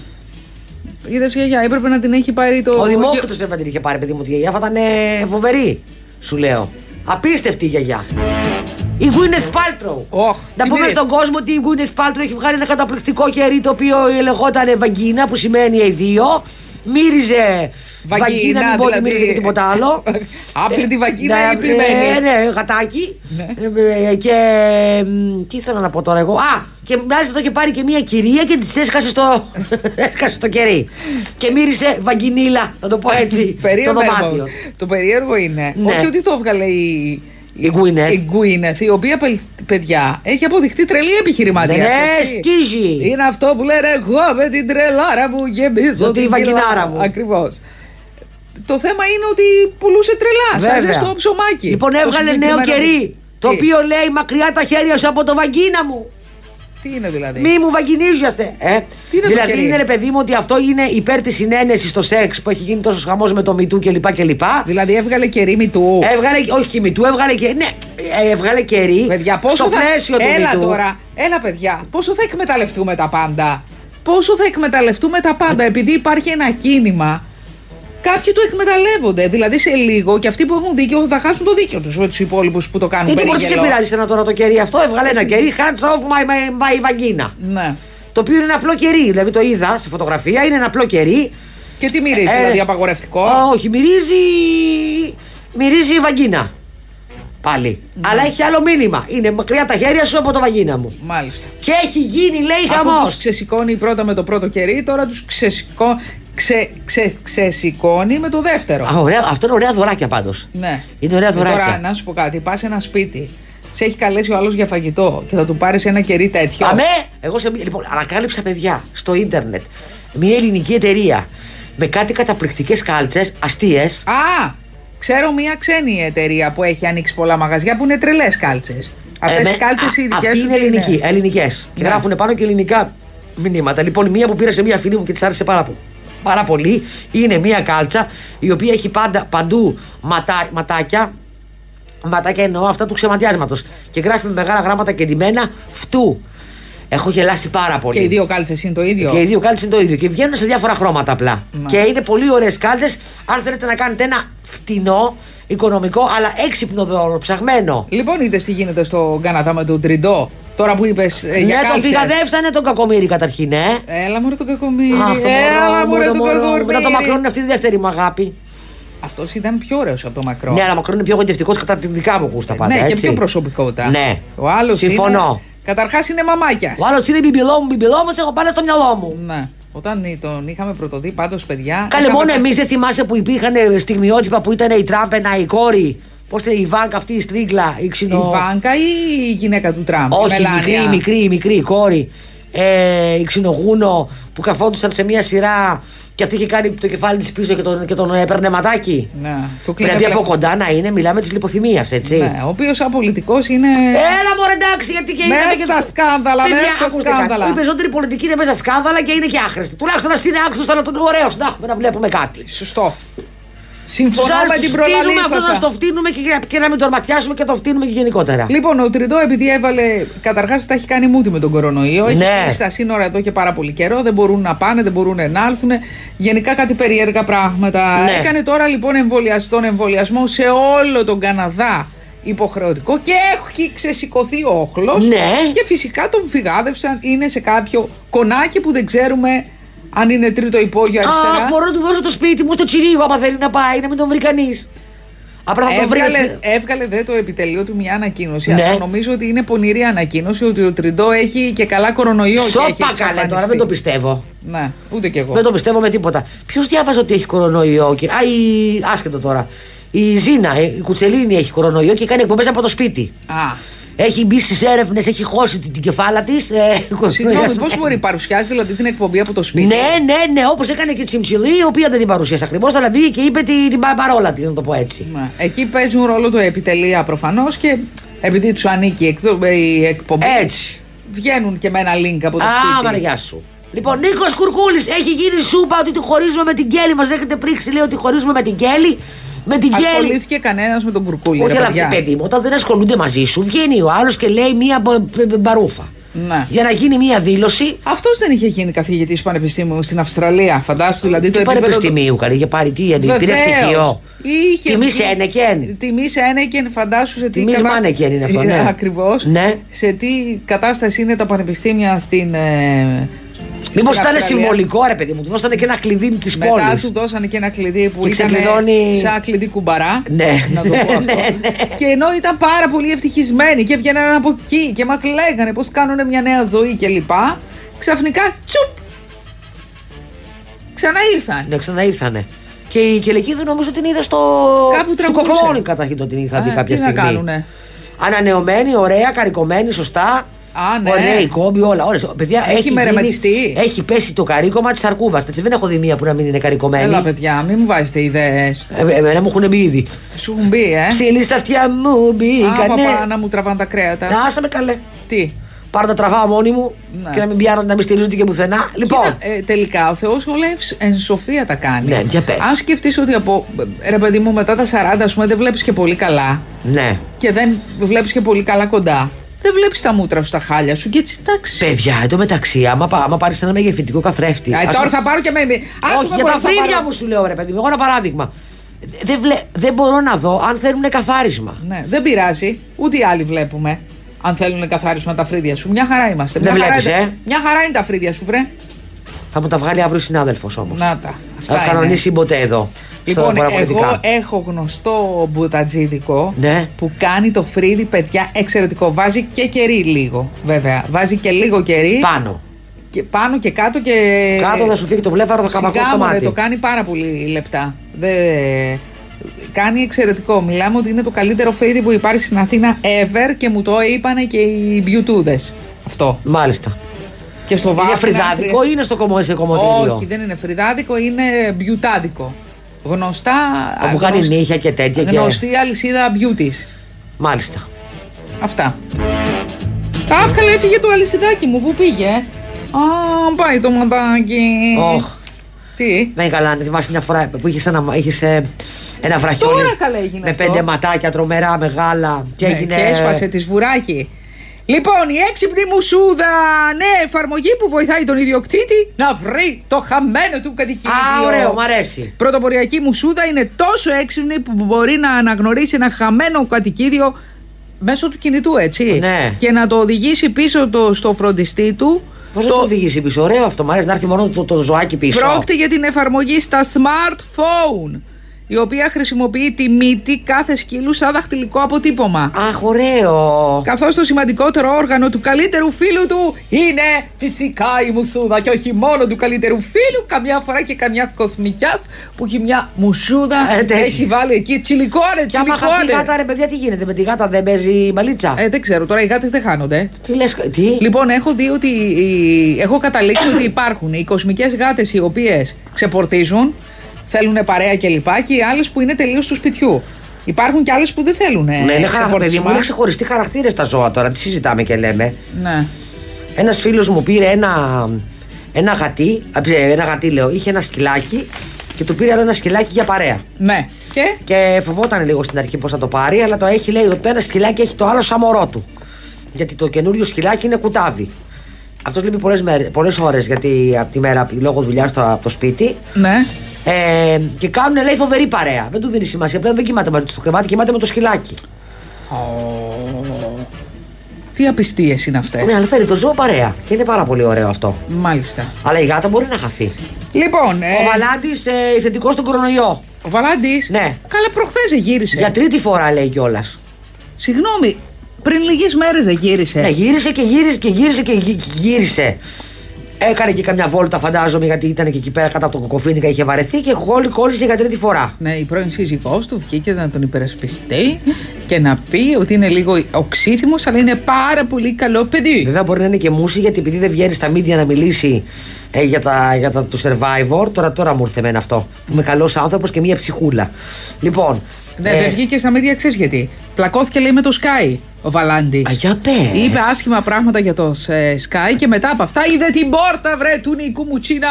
Είδες γιαγιά, έπρεπε να την έχει πάρει το.
Ο Δημόκριτο δεν την είχε πάρει, παιδί μου, τη γιαγιά. Θα ήταν ε, φοβερή, σου λέω. Απίστευτη η γιαγιά. Η Γκουίνεθ Πάλτρο.
Οχ,
Να
τι
πούμε
πήρες.
στον κόσμο ότι η Γκουίνεθ Πάλτρο έχει βγάλει ένα καταπληκτικό κερί το οποίο λεγόταν Βαγκίνα, που σημαίνει αιδείο. Μύριζε.
Βαγκίνα,
μην πω ότι
δηλαδή.
μύριζε και τίποτα άλλο.
Άπλητη
Ε,
βαγκίνα
ναι,
ή πλημμένη.
ε, ναι, γατάκι. Ε, ε, Και. μ, Τι ήθελα να πω τώρα εγώ. Α, και μάλιστα το είχε πάρει και μια κυρία και της έσκασε στο, έσκασε στο κερί. Και μύρισε βαγκινίλα, να το πω έτσι. το
Περίεργο.
δωμάτιο.
Το περίεργο είναι.
Ναι.
Όχι ότι το έβγαλε η.
Η Gwyneth.
Η Gwyneth, η οποία παι- παιδιά έχει αποδειχτεί τρελή επιχειρηματία.
Ναι, σκίζει.
Είναι αυτό που λένε Εγώ με την τρελάρα μου γεμίζω
τη
την
βαγκινάρα
κοιλάρα».
μου.
Ακριβώς Το θέμα είναι ότι πουλούσε τρελά. Σαν
Βέβαια.
ζεστό ψωμάκι.
Λοιπόν,
Το
έβγαλε νέο
συγκεκριμένο-
κερί. Το
Τι-
οποίο λέει μακριά τα χέρια σου από το βαγκίνα μου.
Τι είναι δηλαδή.
Μη μου βαγκινίζιαστε. Ε.
Τι είναι το
δηλαδή
κερί?
είναι ρε παιδί μου ότι αυτό είναι υπέρ της συνένεσης στο σεξ που έχει γίνει τόσος χαμός με το μητού κλπ. κλπ.
Δηλαδή έβγαλε και ρήμη του.
Έβγαλε, όχι και μητού, έβγαλε και. Ναι, ε, έβγαλε κερί.
Παιδιά, πόσο
στο
θα...
πλαίσιο του
Έλα
μητού.
τώρα, έλα παιδιά, πόσο θα εκμεταλλευτούμε τα πάντα. Πόσο θα εκμεταλλευτούμε τα πάντα, επειδή υπάρχει ένα κίνημα. Κάποιοι το εκμεταλλεύονται. Δηλαδή σε λίγο και αυτοί που έχουν δίκιο θα χάσουν το δίκιο τους. Τους υπόλοιπους που το κάνουν
Ε, τίποτα δεν σε
περίγελο.
πειράζεις ένα τώρα το κερί αυτό. Έβγαλε ένα κερί. Hands off my, my, my vagina.
Ναι.
Το οποίο είναι ένα απλό κερί. Δηλαδή το είδα σε φωτογραφία. Είναι ένα απλό κερί.
Και τι μυρίζει,
Ε,
δηλαδή απαγορευτικό.
Α, όχι, μυρίζει. Μυρίζει η βαγκίνα. Πάλι.
Ναι.
Αλλά έχει άλλο μήνυμα. Είναι μακριά τα χέρια σου από το βαγίνα μου.
Μάλιστα.
Και έχει γίνει, λέει,
Αφού
χαμός.
τους ξεσηκώνει πρώτα με το πρώτο κερί, τώρα τους ξεσηκώ... ξε, ξε, ξεσηκώνει με το δεύτερο.
Α, ωραία, αυτό είναι ωραία δωράκια πάντως.
Ναι.
Είναι ωραία
Ε, Τώρα,
δωράκια.
να σου πω κάτι. Πας σε ένα σπίτι, σε έχει καλέσει ο άλλος για φαγητό και θα του πάρεις ένα κερί τέτοιο.
Αμέ! Εγώ σε, μία- λοιπόν, ανακάλυψα παιδιά στο ίντερνετ μια ελληνική εταιρεία με κάτι καταπληκτικές κάλτσες, αστείες.
Α! Ξέρω μία ξένη εταιρεία που έχει ανοίξει πολλά μαγαζιά που είναι τρελές κάλτσες. Αυτέ
Ε,
οι κάλτσες οι δικές
Αυτή είναι ελληνική, Ε, ελληνικέ. Και
Ναι.
γράφουν πάνω και ελληνικά μηνύματα. Λοιπόν, μία που πήρα σε μία φίλη μου και της άρεσε πάρα, πο- πάρα πολύ είναι μία κάλτσα η οποία έχει πάντα, παντού ματά, ματάκια. Ματάκια εννοώ αυτά του ξεματιάσματος. Και γράφει με μεγάλα γράμματα και ντυμένα φτού. Έχω γελάσει πάρα πολύ.
Και οι δύο κάλτσες είναι το ίδιο.
Και οι δύο κάλτσες είναι το ίδιο. Και βγαίνουν σε διάφορα χρώματα απλά.
Ναι.
Και είναι πολύ ωραίες κάλτσε. Αν θέλετε να κάνετε ένα φτηνό, οικονομικό, αλλά έξυπνο δώρο, ψαγμένο.
Λοιπόν, είδες τι γίνεται στον Καναδά με τον Τριντό. Τώρα που είπες Ε, για
ναι, τον
κάλτσες.
φυγαδεύσανε τον κακομίρι καταρχήν, ε.
Έλα μωρέ τον κακομίρι.
Αχ, το
Ε, Έλα μωρέ
το
τον
Μετά το μακρόν
κακομίρι.
αυτή τη δεύτερη μου αγάπη.
Αυτός ήταν πιο ωραίος από το μακρόν.
Ναι, αλλά μακρόν είναι πιο γοητευτικός κατά τη δικά μου γούστα πάντα.
Ναι, και
έτσι.
πιο προσωπικότητα.
Ναι.
Ο άλλος
Συμφωνώ.
Καταρχάς είναι μαμάκιας.
Ο άλλος είναι μπιμπιλό μου, μπιμπιλό μου, σε έχω πάνω στο μυαλό μου.
Ναι. Όταν τον είχαμε πρωτοδεί πάντως παιδιά.
Κάλε
είχαμε
μόνο
τα-
εμείς δεν θυμάσαι που υπήρχαν στιγμιότυπα που ήταν η Τράμπενα, η κόρη. Πώς ήταν η Βάνκα αυτή η στρίγκλα, η
Η
ξινό.
Βάνκα ή η γυναίκα του Τραμπ. η
Όχι, η
Μελάνια.
μικρή, η μικρή, η μικρή, η κόρη. Ε, η ξινογούνο που καθόντουσαν σε μία σειρά και αυτή είχε κάνει το κεφάλι της πίσω και τον, και τον ε, έπαιρνε ματάκι.
Ναι. Του κλείνει
Πρέπει
απλά-
από κοντά να είναι, μιλάμε της λιποθυμίας, έτσι.
Ναι, ο οποίος απολυτικός είναι.
Έλα μωρέ εντάξει, γιατί Ε, και
Μέσα
είδαμε και
στα
τους-
σκάνδαλα,
Παιδιά,
μέσα στα
ακούστε κάτι.
σκάνδαλα.
Οι περισσότεροι πολιτικοί είναι μέσα στα σκάνδαλα και είναι και άχρηστοι. Τουλάχιστον να είναι άξιο, αλλά τον ωραίο να έχουμε να βλέπουμε κάτι.
Σωστό.
Τους
Συμφωνώ
άλλους
με
τους
την
φτύνουμε, αυτό να
προλαλήφθασα.
το φτύνουμε και, και να μην το ορματιάσουμε και το φτύνουμε και γενικότερα.
Λοιπόν, ο Τριντό επειδή έβαλε. Καταρχάς τα έχει κάνει μούτι με τον κορονοϊό. Έχει
Ναι.
κλείσει τα σύνορα εδώ και πάρα πολύ καιρό. Δεν μπορούν να πάνε, δεν μπορούν να έρθουν. Γενικά κάτι περίεργα πράγματα.
Ναι.
Έκανε τώρα λοιπόν εμβολιασ... τον εμβολιασμό σε όλο τον Καναδά υποχρεωτικό και έχει ξεσηκωθεί ο όχλος
Ναι.
και φυσικά τον φυγάδευσαν είναι σε κάποιο κονάκι που δεν ξέρουμε αν είναι τρίτο υπόγειο αριστερά
Αχ, μπορώ να του δώσω το σπίτι μου στο τσιρίγο, άμα θέλει να πάει, να μην τον βρει κανείς. Απλά θα τον βρει.
Έβγαλε, έβγαλε δε το επιτελείο του μια ανακοίνωση.
Ναι.
Αλλά νομίζω ότι είναι πονηρή ανακοίνωση ότι ο Τριντό έχει και καλά κορονοϊό. και έχει
Σόπα καλέ τώρα,
εξαφανιστεί.
δεν το πιστεύω.
Ναι, ούτε κι εγώ.
Δεν το πιστεύω με τίποτα. Ποιος διάβαζε ότι έχει κορονοϊό. Και... Α, η... άσχετο τώρα. Η Ζήνα, ε, η Κουτσελίνη έχει κορονοϊό και κάνει εκπομπές από το σπίτι.
Α,
Έχει μπει στις έρευνες, έχει χώσει την, την κεφάλα ε, τη.
συγγνώμη, πώς μπορεί, παρουσιάζει δηλαδή την εκπομπή από το σπίτι.
Ναι, ναι, ναι, όπως έκανε και η Τσιμψιλή, η οποία δεν την παρουσίασε ακριβώς, αλλά βγήκε και είπε την, την πα- παρόλα της, να το πω έτσι.
Ναι. Εκεί παίζουν ρόλο το επιτελεία προφανώς και επειδή τους ανήκει η εκδο- ε, η εκπομπή.
Έτσι.
Βγαίνουν και με ένα link από το
Α,
σπίτι.
μαριά σου. Λοιπόν, Νίκος Κουρκούλης έχει γίνει σούπα ότι τη χωρίζουμε με την κέλη. Μα έχετε πρίξει, λέει ότι χωρίζουμε με την κέλη. Με την κέλη.
Ασχολήθηκε κανένας με τον κουρκούλι.
Όχι,
ρε,
αλλά
παιδιά.
παιδί μου, όταν δεν ασχολούνται μαζί σου, βγαίνει ο άλλος και λέει μία μπα- μπα- μπα- μπαρούφα.
Ναι.
Για να γίνει μία δήλωση
Αυτός δεν είχε γίνει καθηγητής πανεπιστήμιου στην Αυστραλία. Φαντάσου δηλαδή το
του
επίπεδο.
πανεπιστημίου. Καλή, είχε πάρει τι, εν- πήρε
Βεβαίως.
πτυχίο.
Είχε
Τιμή
βγει-
Σένεκεν.
Τιμή Σένεκεν, φαντάσου σε τι
Τιμής Μάνεκεν είναι αυτό, ναι.
Ακριβώς.
Ναι.
Σε τι κατάσταση είναι τα πανεπιστήμια στην. Ε...
Μήπως
στην
ήταν
Αυστραλία.
συμβολικό, ρε παιδί μου, του δώσανε και ένα κλειδί τη
Μετά του
πόλη.
δώσανε και ένα κλειδί που
Και
ήταν
ξεκλειδώνει-
σαν κλειδί κουμπαρά.
Ναι.
Να το πω αυτό.
Ναι, ναι.
Και ενώ ήταν πάρα πολύ ευτυχισμένοι και βγαίνανε από εκεί και μας λέγανε πώς κάνουν μια νέα ζωή κλπ. Ξαφνικά τσουπ! Ξανά ήρθαν.
Ναι, ξαναήρθανε. Και η Κελεκίδου νομίζω την είδα στο.
Κάπου
στο
τραγουδούσε.
Κοκλόνη καταρχήν τον την είχα
Α,
δει κάποια
τι να
στιγμή.
κάνουνε.
Ανανεωμένη, ωραία, καρικωμένη, σωστά.
Α, ναι.
Ωραία, η κόμπη, όλα. Ωραία. Παιδιά,
Έχει μερεματιστεί.
γίνει, έχει πέσει το καρίκωμα τη αρκούβα. Έτσι, δεν έχω δει μία που να μην είναι καρικωμένη.
Έλα, παιδιά, μην μου βάζετε ιδέες.
Ε, εμένα μου έχουν μπει ήδη.
Σου έχουν μπει, ε.
Ψήλει στα αυτιά μου,
Α,
μπήκανε.
παπά, να μου τραβάνε τα κρέατα.
Να άσε με καλέ.
Τι.
Πάρω τα τραβά μόνη μου
Ναι.
και να μην πιάνω, να μην στηρίζονται και πουθενά. Λοιπόν,
Κοίτα, ε, τελικά ο Θεός όλα ευσ- εν σοφία τα κάνει.
Ναι, για πες.
Αν σκεφτείς ότι από. ρε παιδί μου, μετά τα 40, ας πούμε, δεν βλέπεις και πολύ καλά
ναι.
και δεν βλέπεις και πολύ καλά κοντά. Δεν βλέπεις τα μούτρα σου, τα χάλια σου και έτσι εντάξει.
Παιδιά, εν τω μεταξύ, άμα, πα- άμα πάρεις ένα μεγεφυντικό καθρέφτη.
Α,
ας-
Ε, τώρα θα πάρω και με. Άσε
Όχι,
με
για τα
μπορεί, θα
βρύδια
πάρω.
μου σου λέω ρε παιδί μου. Εγώ ένα παράδειγμα. Δεν, βλέ- δεν μπορώ να δω αν θέλουν καθάρισμα.
Ναι, δεν πειράζει. Ούτε οι άλλοι βλέπουμε. Αν θέλουν καθάρισμα τα φρύδια σου. Μια χαρά είμαστε.
Δεν
μια, χαρά
βλέπεις,
είναι-
ε.
μια χαρά είναι τα φρύδια σου, βρε.
Θα μου τα βγάλει αύριο συνάδελφος όμως.
Να τα.
Θα
Αυτά είναι.
κανονίσει ποτέ εδώ.
ναι. Λοιπόν,
στα
εγώ
εγώ...
έχω γνωστό μπουτατζίδικο
Ναι.
που κάνει το φρύδι, παιδιά, εξαιρετικό. Βάζει και κερί λίγο, βέβαια. Βάζει και λίγο κερί.
Πάνω.
Και πάνω και κάτω και.
Κάτω θα σου φύγει το βλέφαρο, θα καμπακώ
ε, Σιγά
στο
μωρέ,
μάτι.
το κάνει πάρα πολύ λεπτά. Δε- Κάνει εξαιρετικό. Μιλάμε ότι είναι το καλύτερο φέιδι που υπάρχει στην Αθήνα ever και μου το είπανε και οι μπιουτούδες. Αυτό.
Μάλιστα.
Και στο βάθο.
είναι φρυδάδικο ή είναι στο κομμό, σε κομμωτήριο.
Όχι, δεν είναι φρυδάδικο, είναι μπιουτάδικο. Γνωστά.
Θα μου κάνει
γνωσ-
νύχια και τέτοια. Και...
Γνωστή αλυσίδα beauty.
Μάλιστα.
Αυτά. Αχ, καλά, έφυγε το αλυσιδάκι μου. Πού πήγε. ε? Α, πάει το μαντάκι.
Οχ.
Τι.
Δεν είναι καλά, αν θυμάσαι μια φορά που είχες ένα, είχες, ε, ένα βραχιόλι.
Τώρα καλά έγινε
Με
αυτό.
πέντε ματάκια τρομερά, μεγάλα. Και
Ναι,
έγινε.
και έσπασε της σβουράκι. Λοιπόν, η έξυπνη μουσούδα, ναι, εφαρμογή που βοηθάει τον ιδιοκτήτη να βρει το χαμένο του
Α,
κατοικίδιο.
ωραίο, μ' αρέσει.
Πρωτοποριακή μουσούδα είναι τόσο έξυπνη που μπορεί να αναγνωρίσει ένα χαμένο κατοικίδιο μέσω του κινητού, έτσι.
Ναι.
Και να το οδηγήσει πίσω το, στο φροντιστή του.
Πώς το... το οδηγήσει πίσω, ωραίο αυτό. Μ' αρέσει να έρθει μόνο το, το ζωάκι πίσω.
Πρόκειται για την εφαρμογή στα smartphone, η οποία χρησιμοποιεί τη μύτη κάθε σκύλου σαν δαχτυλικό αποτύπωμα.
Αχ, ωραίο.
Καθώς το σημαντικότερο όργανο του καλύτερου φίλου του είναι φυσικά η μουσούδα. Και όχι μόνο του καλύτερου φίλου, καμιά φορά και καμιάς κοσμικιάς που έχει μια μουσούδα.
Ε, τέτοια.
έχει βάλει εκεί τσιλικόρε,
Και άμα χαθεί η γάτα,
τσιλικόρε.
ρε παιδιά, τι γίνεται με τη γάτα, δεν παίζει μπαλίτσα.
Ε, δεν ξέρω, τώρα οι γάτες δεν χάνονται.
Τι λες, τι.
Λοιπόν, έχω δει ότι. οι- Έχω καταλήξει ότι υπάρχουν οι κοσμικές γάτες οι οποίες ξεπορτίζουν, θέλουν παρέα κλπ. και οι άλλες που είναι τελείως του σπιτιού. Υπάρχουν και άλλες που δεν θέλουν.
Ναι, είναι χαρά, παιδί μου, είναι ξεχωριστοί χαρακτήρες τα ζώα τώρα. Τι συζητάμε και λέμε.
Ναι.
Ένας φίλος μου πήρε ένα, ένα γατί. α, πήρε Ένα γατί, λέω. Είχε ένα σκυλάκι και του πήρε άλλο ένα σκυλάκι για παρέα.
ναι. Και.
Και φοβόταν λίγο στην αρχή πώς θα το πάρει, αλλά το έχει λέει ότι το ένα σκυλάκι έχει το άλλο σαν μωρό του. Γιατί το καινούριο σκυλάκι είναι κουτάβι. Αυτός λείπει πολλές πολλές ώρες γιατί από τη μέρα λόγω δουλειάς από το σπίτι.
Ναι.
Ε, και κάνουν λέει φοβερή παρέα. Δεν του δίνει σημασία. Πλέον δεν κοιμάται μαζί του στο κρεβάτι, κοιμάται με το σκυλάκι.
Τι απιστίες είναι αυτές.
Ναι, αλλά φέρει το ζώο παρέα. Και είναι πάρα πολύ ωραίο αυτό.
Μάλιστα.
Αλλά η γάτα μπορεί να χαθεί.
Λοιπόν, ε,
Ο Βαλάντης ε, θετικό στον κορονοϊό.
ο Βαλάντης,
Ναι.
καλά προχθές δεν γύρισε.
Για τρίτη φορά λέει κιόλας.
Συγγνώμη, πριν λίγες μέρες δεν γύρισε.
Ναι, γύρισε και γύρισε και γύρισε και γυ- γύρισε. Έκανε και καμιά βόλτα, φαντάζομαι, γιατί ήταν και εκεί πέρα κάτω από τον κοκοφίνικα, είχε βαρεθεί και γόλι κόλλησε για τρίτη φορά.
Ναι, η πρώην σύζυγός του βγήκε να τον υπερασπιστεί και να πει ότι είναι λίγο οξύθυμος αλλά είναι πάρα πολύ καλό παιδί.
Βέβαια μπορεί να είναι και μουσική γιατί επειδή δεν βγαίνει στα μίντια να μιλήσει ε, για, τα, για τα, το survivor, τώρα, τώρα μου ήρθε εμένα αυτό. Είμαι καλός άνθρωπος και μία ψυχούλα. Λοιπόν.
Ναι, Δεν δεν βγήκε στα μίδια, ξέρεις γιατί. Πλακώθηκε λέει με το Sky ο Βαλάντη.
Α, για πες.
Είπε άσχημα πράγματα για το ε, Sky και μετά από αυτά είδε την πόρτα βρε του Νίκου Μουτσίνα,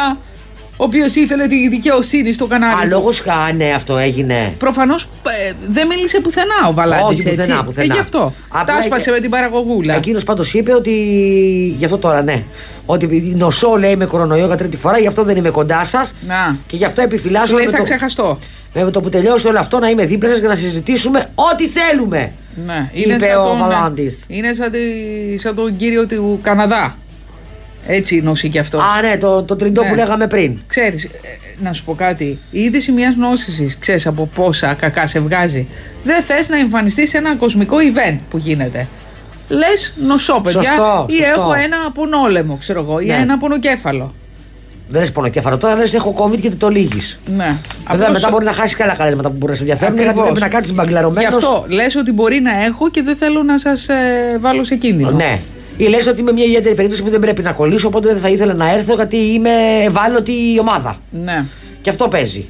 ο οποίος ήθελε τη δικαιοσύνη στο κανάλι.
Α,
του.
λόγος χα, ναι, αυτό έγινε.
Προφανώς δεν μίλησε πουθενά ο Βαλάντης.
Όχι, πουθενά, πουθενά.
γι' αυτό.
Απλά
τα έσπασε
και-
με την παραγωγούλα.
Εκείνος πάντως είπε ότι. Γι' αυτό τώρα, ναι. Ότι επειδή νοσώ, λέει, με κορονοϊό για τρίτη φορά, γι' αυτό δεν είμαι κοντά σας.
Να.
Και γι' αυτό
Σου
επιφυλάσσω.
λέει
με
θα
το-
ξεχαστώ.
Με το που τελειώσει όλο αυτό να είμαι δίπλα σας για να συζητήσουμε ό,τι θέλουμε.
Ναι,
είπε
σαν
ο
τον-
Βαλάντης.
Είναι σαν, τη- σαν τον κύριο του Καναδά. Έτσι νοσεί κι αυτό.
Α, ναι, το, το τριντό
Ναι.
που λέγαμε πριν.
Ξέρεις, ε, ε, να σου πω κάτι. Η είδηση μιας νόσηση, ξέρεις από πόσα κακά σε βγάζει. Δεν θες να εμφανιστείς σε ένα κοσμικό event που γίνεται. Λες νοσώ, παιδιά.
Σωστό,
ή
σωστό.
έχω ένα πονόλεμο, ξέρω εγώ, ή
Ναι.
ένα πονοκέφαλο.
Δεν έχει πονοκέφαλο. Τώρα λες: Έχω COVID και το λύγεις.
Ναι.
Βέβαια,
Απλώς-
μετά μπορεί να χάσεις και άλλα καλέσματα που μπορείς να σε ενδιαφέρουν. Γιατί
Ακριβώς.
πρέπει να κάτσει
Γι'
μπαγκλαρωμένος.
αυτό λες ότι μπορεί να έχω και δεν θέλω να σας βάλω σε κίνδυνο.
Ναι. Ή λες ότι είμαι μια ιδιαίτερη περίπτωση που δεν πρέπει να κολλήσω, οπότε δεν θα ήθελα να έρθω γιατί είμαι ευάλωτη ομάδα.
Ναι.
Και αυτό παίζει.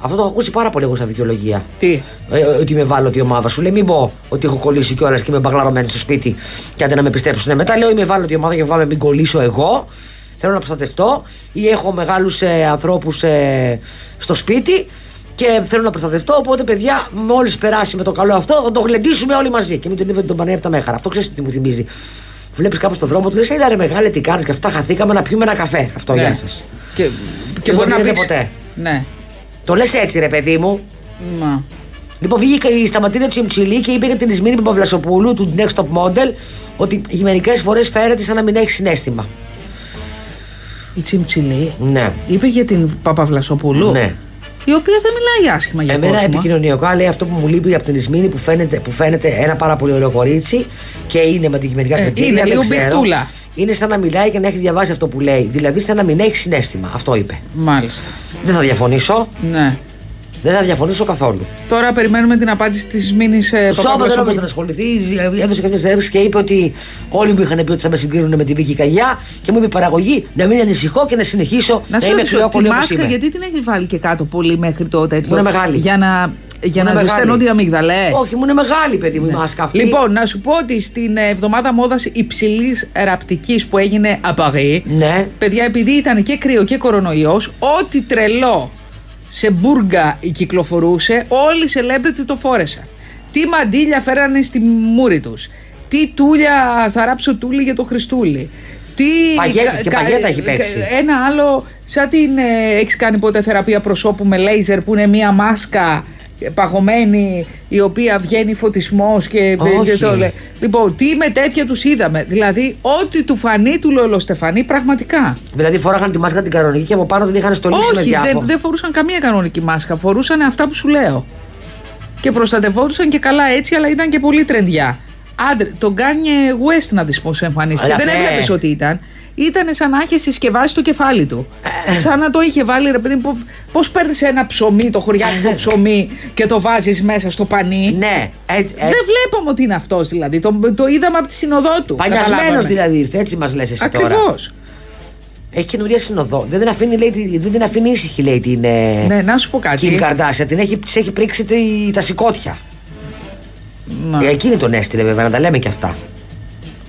Αυτό το έχω ακούσει πάρα πολύ εγώ σαν δικαιολογία.
Τι.
Ε, ότι με βάλω τη ομάδα σου. Λέει, μην πω ότι έχω κολλήσει κιόλας και είμαι μπαγλαρωμένη στο σπίτι. Και άντε να με πιστέψουν. Ναι, Μετά λέω, είμαι βάλω τη ομάδα για να βάμε, μην κολλήσω εγώ. Θέλω να προστατευτώ. Ή έχω μεγάλους ε, ανθρώπους ε, στο σπίτι και θέλω να προστατευτώ. Οπότε, παιδιά, μόλις περάσει με το καλό αυτό, θα το γλεντήσουμε όλοι μαζί. Και μην τον είδε τον πανέα από τα μέχαρα. Αυτό ξέρεις τι μου θυμίζει. Βλέπεις κάπου στον δρόμο του, λες, έλα ρε μεγάλε, τι κάνεις και αυτά. Χαθήκαμε να πιούμε ένα καφέ. Αυτό,
ναι.
γεια σας.
Και, και
το
μπορεί να
πήρατε
πεις.
ποτέ.
Ναι.
Το λες έτσι, ρε παιδί μου.
Μα.
Λοιπόν, βγήκε η σταματήρια του Εμψηλή και είπε για την Ισμήνη Παπαβλασοπούλου του Next Top Model ότι μερικές φορές φέρεται σαν να μην έχει συνέστημα.
Η Τσιμψιλή
Ναι.
είπε για την Παπαβλασοπούλου.
Ναι.
Η οποία δεν μιλάει άσχημα για
Εμένα
κόσμο.
επικοινωνιακά λέει αυτό που μου λείπει από την Ισμήνη που φαίνεται, που φαίνεται ένα πάρα πολύ ωραίο κορίτσι και είναι με τη γυμνική
είναι Ε, λίγο μπιχτούλα.
είναι σαν να μιλάει και να έχει διαβάσει αυτό που λέει. Δηλαδή, σαν να μην έχει συνέστημα. Αυτό είπε.
Μάλιστα.
Δεν θα διαφωνήσω.
Ναι.
Δεν θα διαφωνήσω καθόλου.
Τώρα περιμένουμε την απάντηση ε, της Μήνης
Ο Σόβα δεν έπρεπε να ασχοληθεί. Έδωσε κάποια συνέντευξη και είπε ότι όλοι μου είχαν πει ότι θα με συγκρίνουν με τη Βίκη Καγιά και μου είπε η παραγωγή να μην ανησυχώ και να συνεχίσω να,
Να σου
είμαι
ρωτήσω, τη
κρυόκολλη όπω
μάσκα
είμαι.
γιατί την έχει βάλει και κάτω πολύ μέχρι το τέτοιο.
Μου είναι μεγάλη.
Για να, για
Μου
να
είναι μεγάλη.
ζεσταίνονται οι αμύγδαλες.
Όχι, μου είναι μεγάλη παιδί μου η μάσκα αυτή.
Λοιπόν, να σου πω ότι στην ε, εβδομάδα μόδας υψηλής ραπτικής που έγινε απαγή.
Ναι.
Παιδιά, επειδή ήταν και κρύο και κορονοϊός, ό,τι τρελό σε μπουργκα κυκλοφορούσε, όλοι οι celebrity το φόρεσαν. Τι μαντίλια φέρανε στη μούρη τους. Τι τούλια θα ράψω τούλι για το Χριστούλη. Τι.
Παγέτες και
κα-
παγέτα έχει
κα-
παίξει.
Ένα άλλο, σαν την. Ε, έχεις κάνει ποτέ θεραπεία προσώπου με λέιζερ που είναι μία μάσκα ε, παγωμένη η οποία βγαίνει φωτισμός και
Όχι.
και το λέ- Λοιπόν, τι με τέτοια τους είδαμε. Δηλαδή, ό,τι του φανεί του Λολοστεφανή πραγματικά.
Δηλαδή φοράγαν τη μάσκα την κανονική και από πάνω την είχαν στολίσει με
Όχι,
διάφορα.
δεν, δεν φορούσαν καμία κανονική μάσκα. Φορούσαν αυτά που σου λέω. Και προστατευόντουσαν και καλά έτσι, αλλά ήταν και πολύ τρεντιά. Άντρε, τον κάνει West να δεις πώς εμφανίστηκε.
Έλα,
Δεν
ναι.
έβλεπες ότι ήταν. Ήταν σαν να είχε συσκευάσει το κεφάλι του.
Ε.
σαν να το είχε βάλει, ρε παιδί μου, πώς παίρνεις ένα ψωμί, το χωριάτικο ψωμί και το βάζεις μέσα στο πανί.
Ε. Ναι, ε, ε,
Δεν βλέπαμε ότι είναι αυτός δηλαδή. Το, το είδαμε από τη συνοδό του.
Πανιασμένο
Καταλάβαμε.
δηλαδή ήρθε, έτσι μας λες εσύ τώρα.
Ακριβώς.
Έχει καινούρια συνοδό. Δεν την αφήνει, λέει, τη- δεν την αφήνει ήσυχη, λέει την. ε,
Ναι, να σου πω κάτι.
Kim Kardashian. Την έχει, της έχει πρίξει τη- τα σηκώτια.
Να.
Ε, Εκείνη τον έστειλε βέβαια, να τα λέμε και αυτά.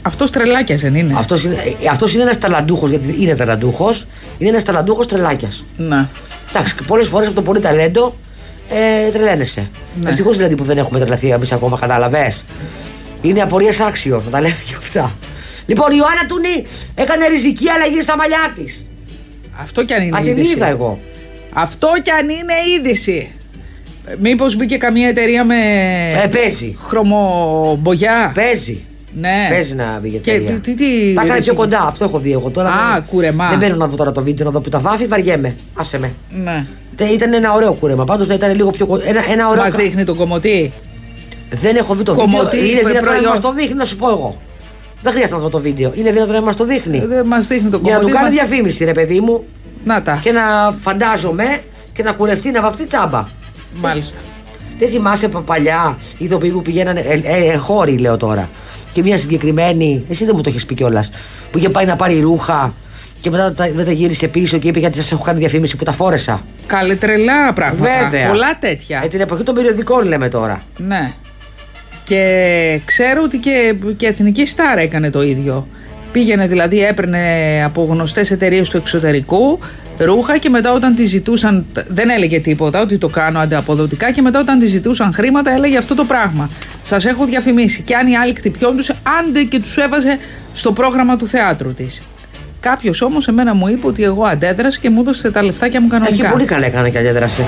Αυτός τρελάκιας δεν είναι.
Αυτός είναι, ε, αυτός είναι ένας ταλαντούχος, γιατί είναι ταλαντούχος. Είναι ένας ταλαντούχος τρελάκιας.
Να.
Εντάξει, πολλές φορές από το πολύ ταλέντο ε, τρελαίνεσαι.
Ναι.
Ευτυχώς δηλαδή που δεν έχουμε τρελαθεί εμείς ακόμα, κατάλαβες. Είναι απορίες άξιο, να τα λέμε και αυτά. Λοιπόν, η Ιωάννα Τουνή έκανε ριζική αλλαγή στα μαλλιά της.
Αυτό κι αν είναι
Αν την
είδηση.
είδα εγώ.
Αυτό κι αν είναι είδηση. Μήπως μπήκε καμία εταιρεία με
Ε, παίζει.
χρωμομπογιά.
Παίζει.
Ναι.
Παίζει να βγει
Και
εταιρεία.
τι- τι- τι-
Τα έκανε
είδες
πιο
εκεί?
κοντά, αυτό έχω δει εγώ τώρα.
Α,
δεν-
κούρεμα.
Δεν μπαίνω να δω τώρα το βίντεο, να δω που τα βάφει, βαριέμαι. Άσε με.
Ναι.
Τε- Ήταν ένα ωραίο κούρεμα. Πάντως να ήταν λίγο πιο κοντά. Ένα, ένα ωραίο.
Μας
κα-
δείχνει τον κομμωτή.
Δεν έχω δει το
Κομμωτή,
βίντεο. Είναι
είπε,
δυνατόν να
προϊόν.
μας το δείχνει, να σου πω εγώ. Δεν χρειάζεται να δω το βίντεο. Είναι δυνατόν να μας το δείχνει.
Δεν μας δείχνει τον
Ε, Για
Ε,
να
κομμωτή.
του κάνει
μα-
διαφήμιση, ρε παιδί μου.
Να τα.
Και να φαντάζομαι και να κουρευτεί να βαφτεί τσάμπα.
Μάλιστα.
Δεν θυμάσαι πα- παλιά ηθοποιοί που πηγαίνανε. Ε, ε, ε, χώροι, λέω τώρα. Και μια συγκεκριμένη. Εσύ δεν μου το έχεις πει κιόλας. Που είχε πάει να πάρει ρούχα και μετά τα, μετά γύρισε πίσω και είπε γιατί σας έχω κάνει διαφήμιση που τα φόρεσα.
Καλέ τρελά πράγματα.
Βέβαια.
Πολλά τέτοια.
Ε, την εποχή των περιοδικών λέμε τώρα.
Ναι. Και ξέρω ότι και, και Εθνική Στάρα έκανε το ίδιο. Πήγαινε δηλαδή, έπαιρνε από γνωστές εταιρείες του εξωτερικού ρούχα και μετά όταν τη ζητούσαν. Δεν έλεγε τίποτα, ότι το κάνω ανταποδοτικά. Και μετά όταν τη ζητούσαν χρήματα, έλεγε αυτό το πράγμα. Σας έχω διαφημίσει. Και αν οι άλλοι χτυπιών του, άντε και τους έβαζε στο πρόγραμμα του θεάτρου της. Κάποιος όμως εμένα μου είπε ότι εγώ αντέδρασα και μου έδωσε τα λεφτάκια μου
Ε, και
κανονικά.
πολύ καλά έκανε και αντέδρασε.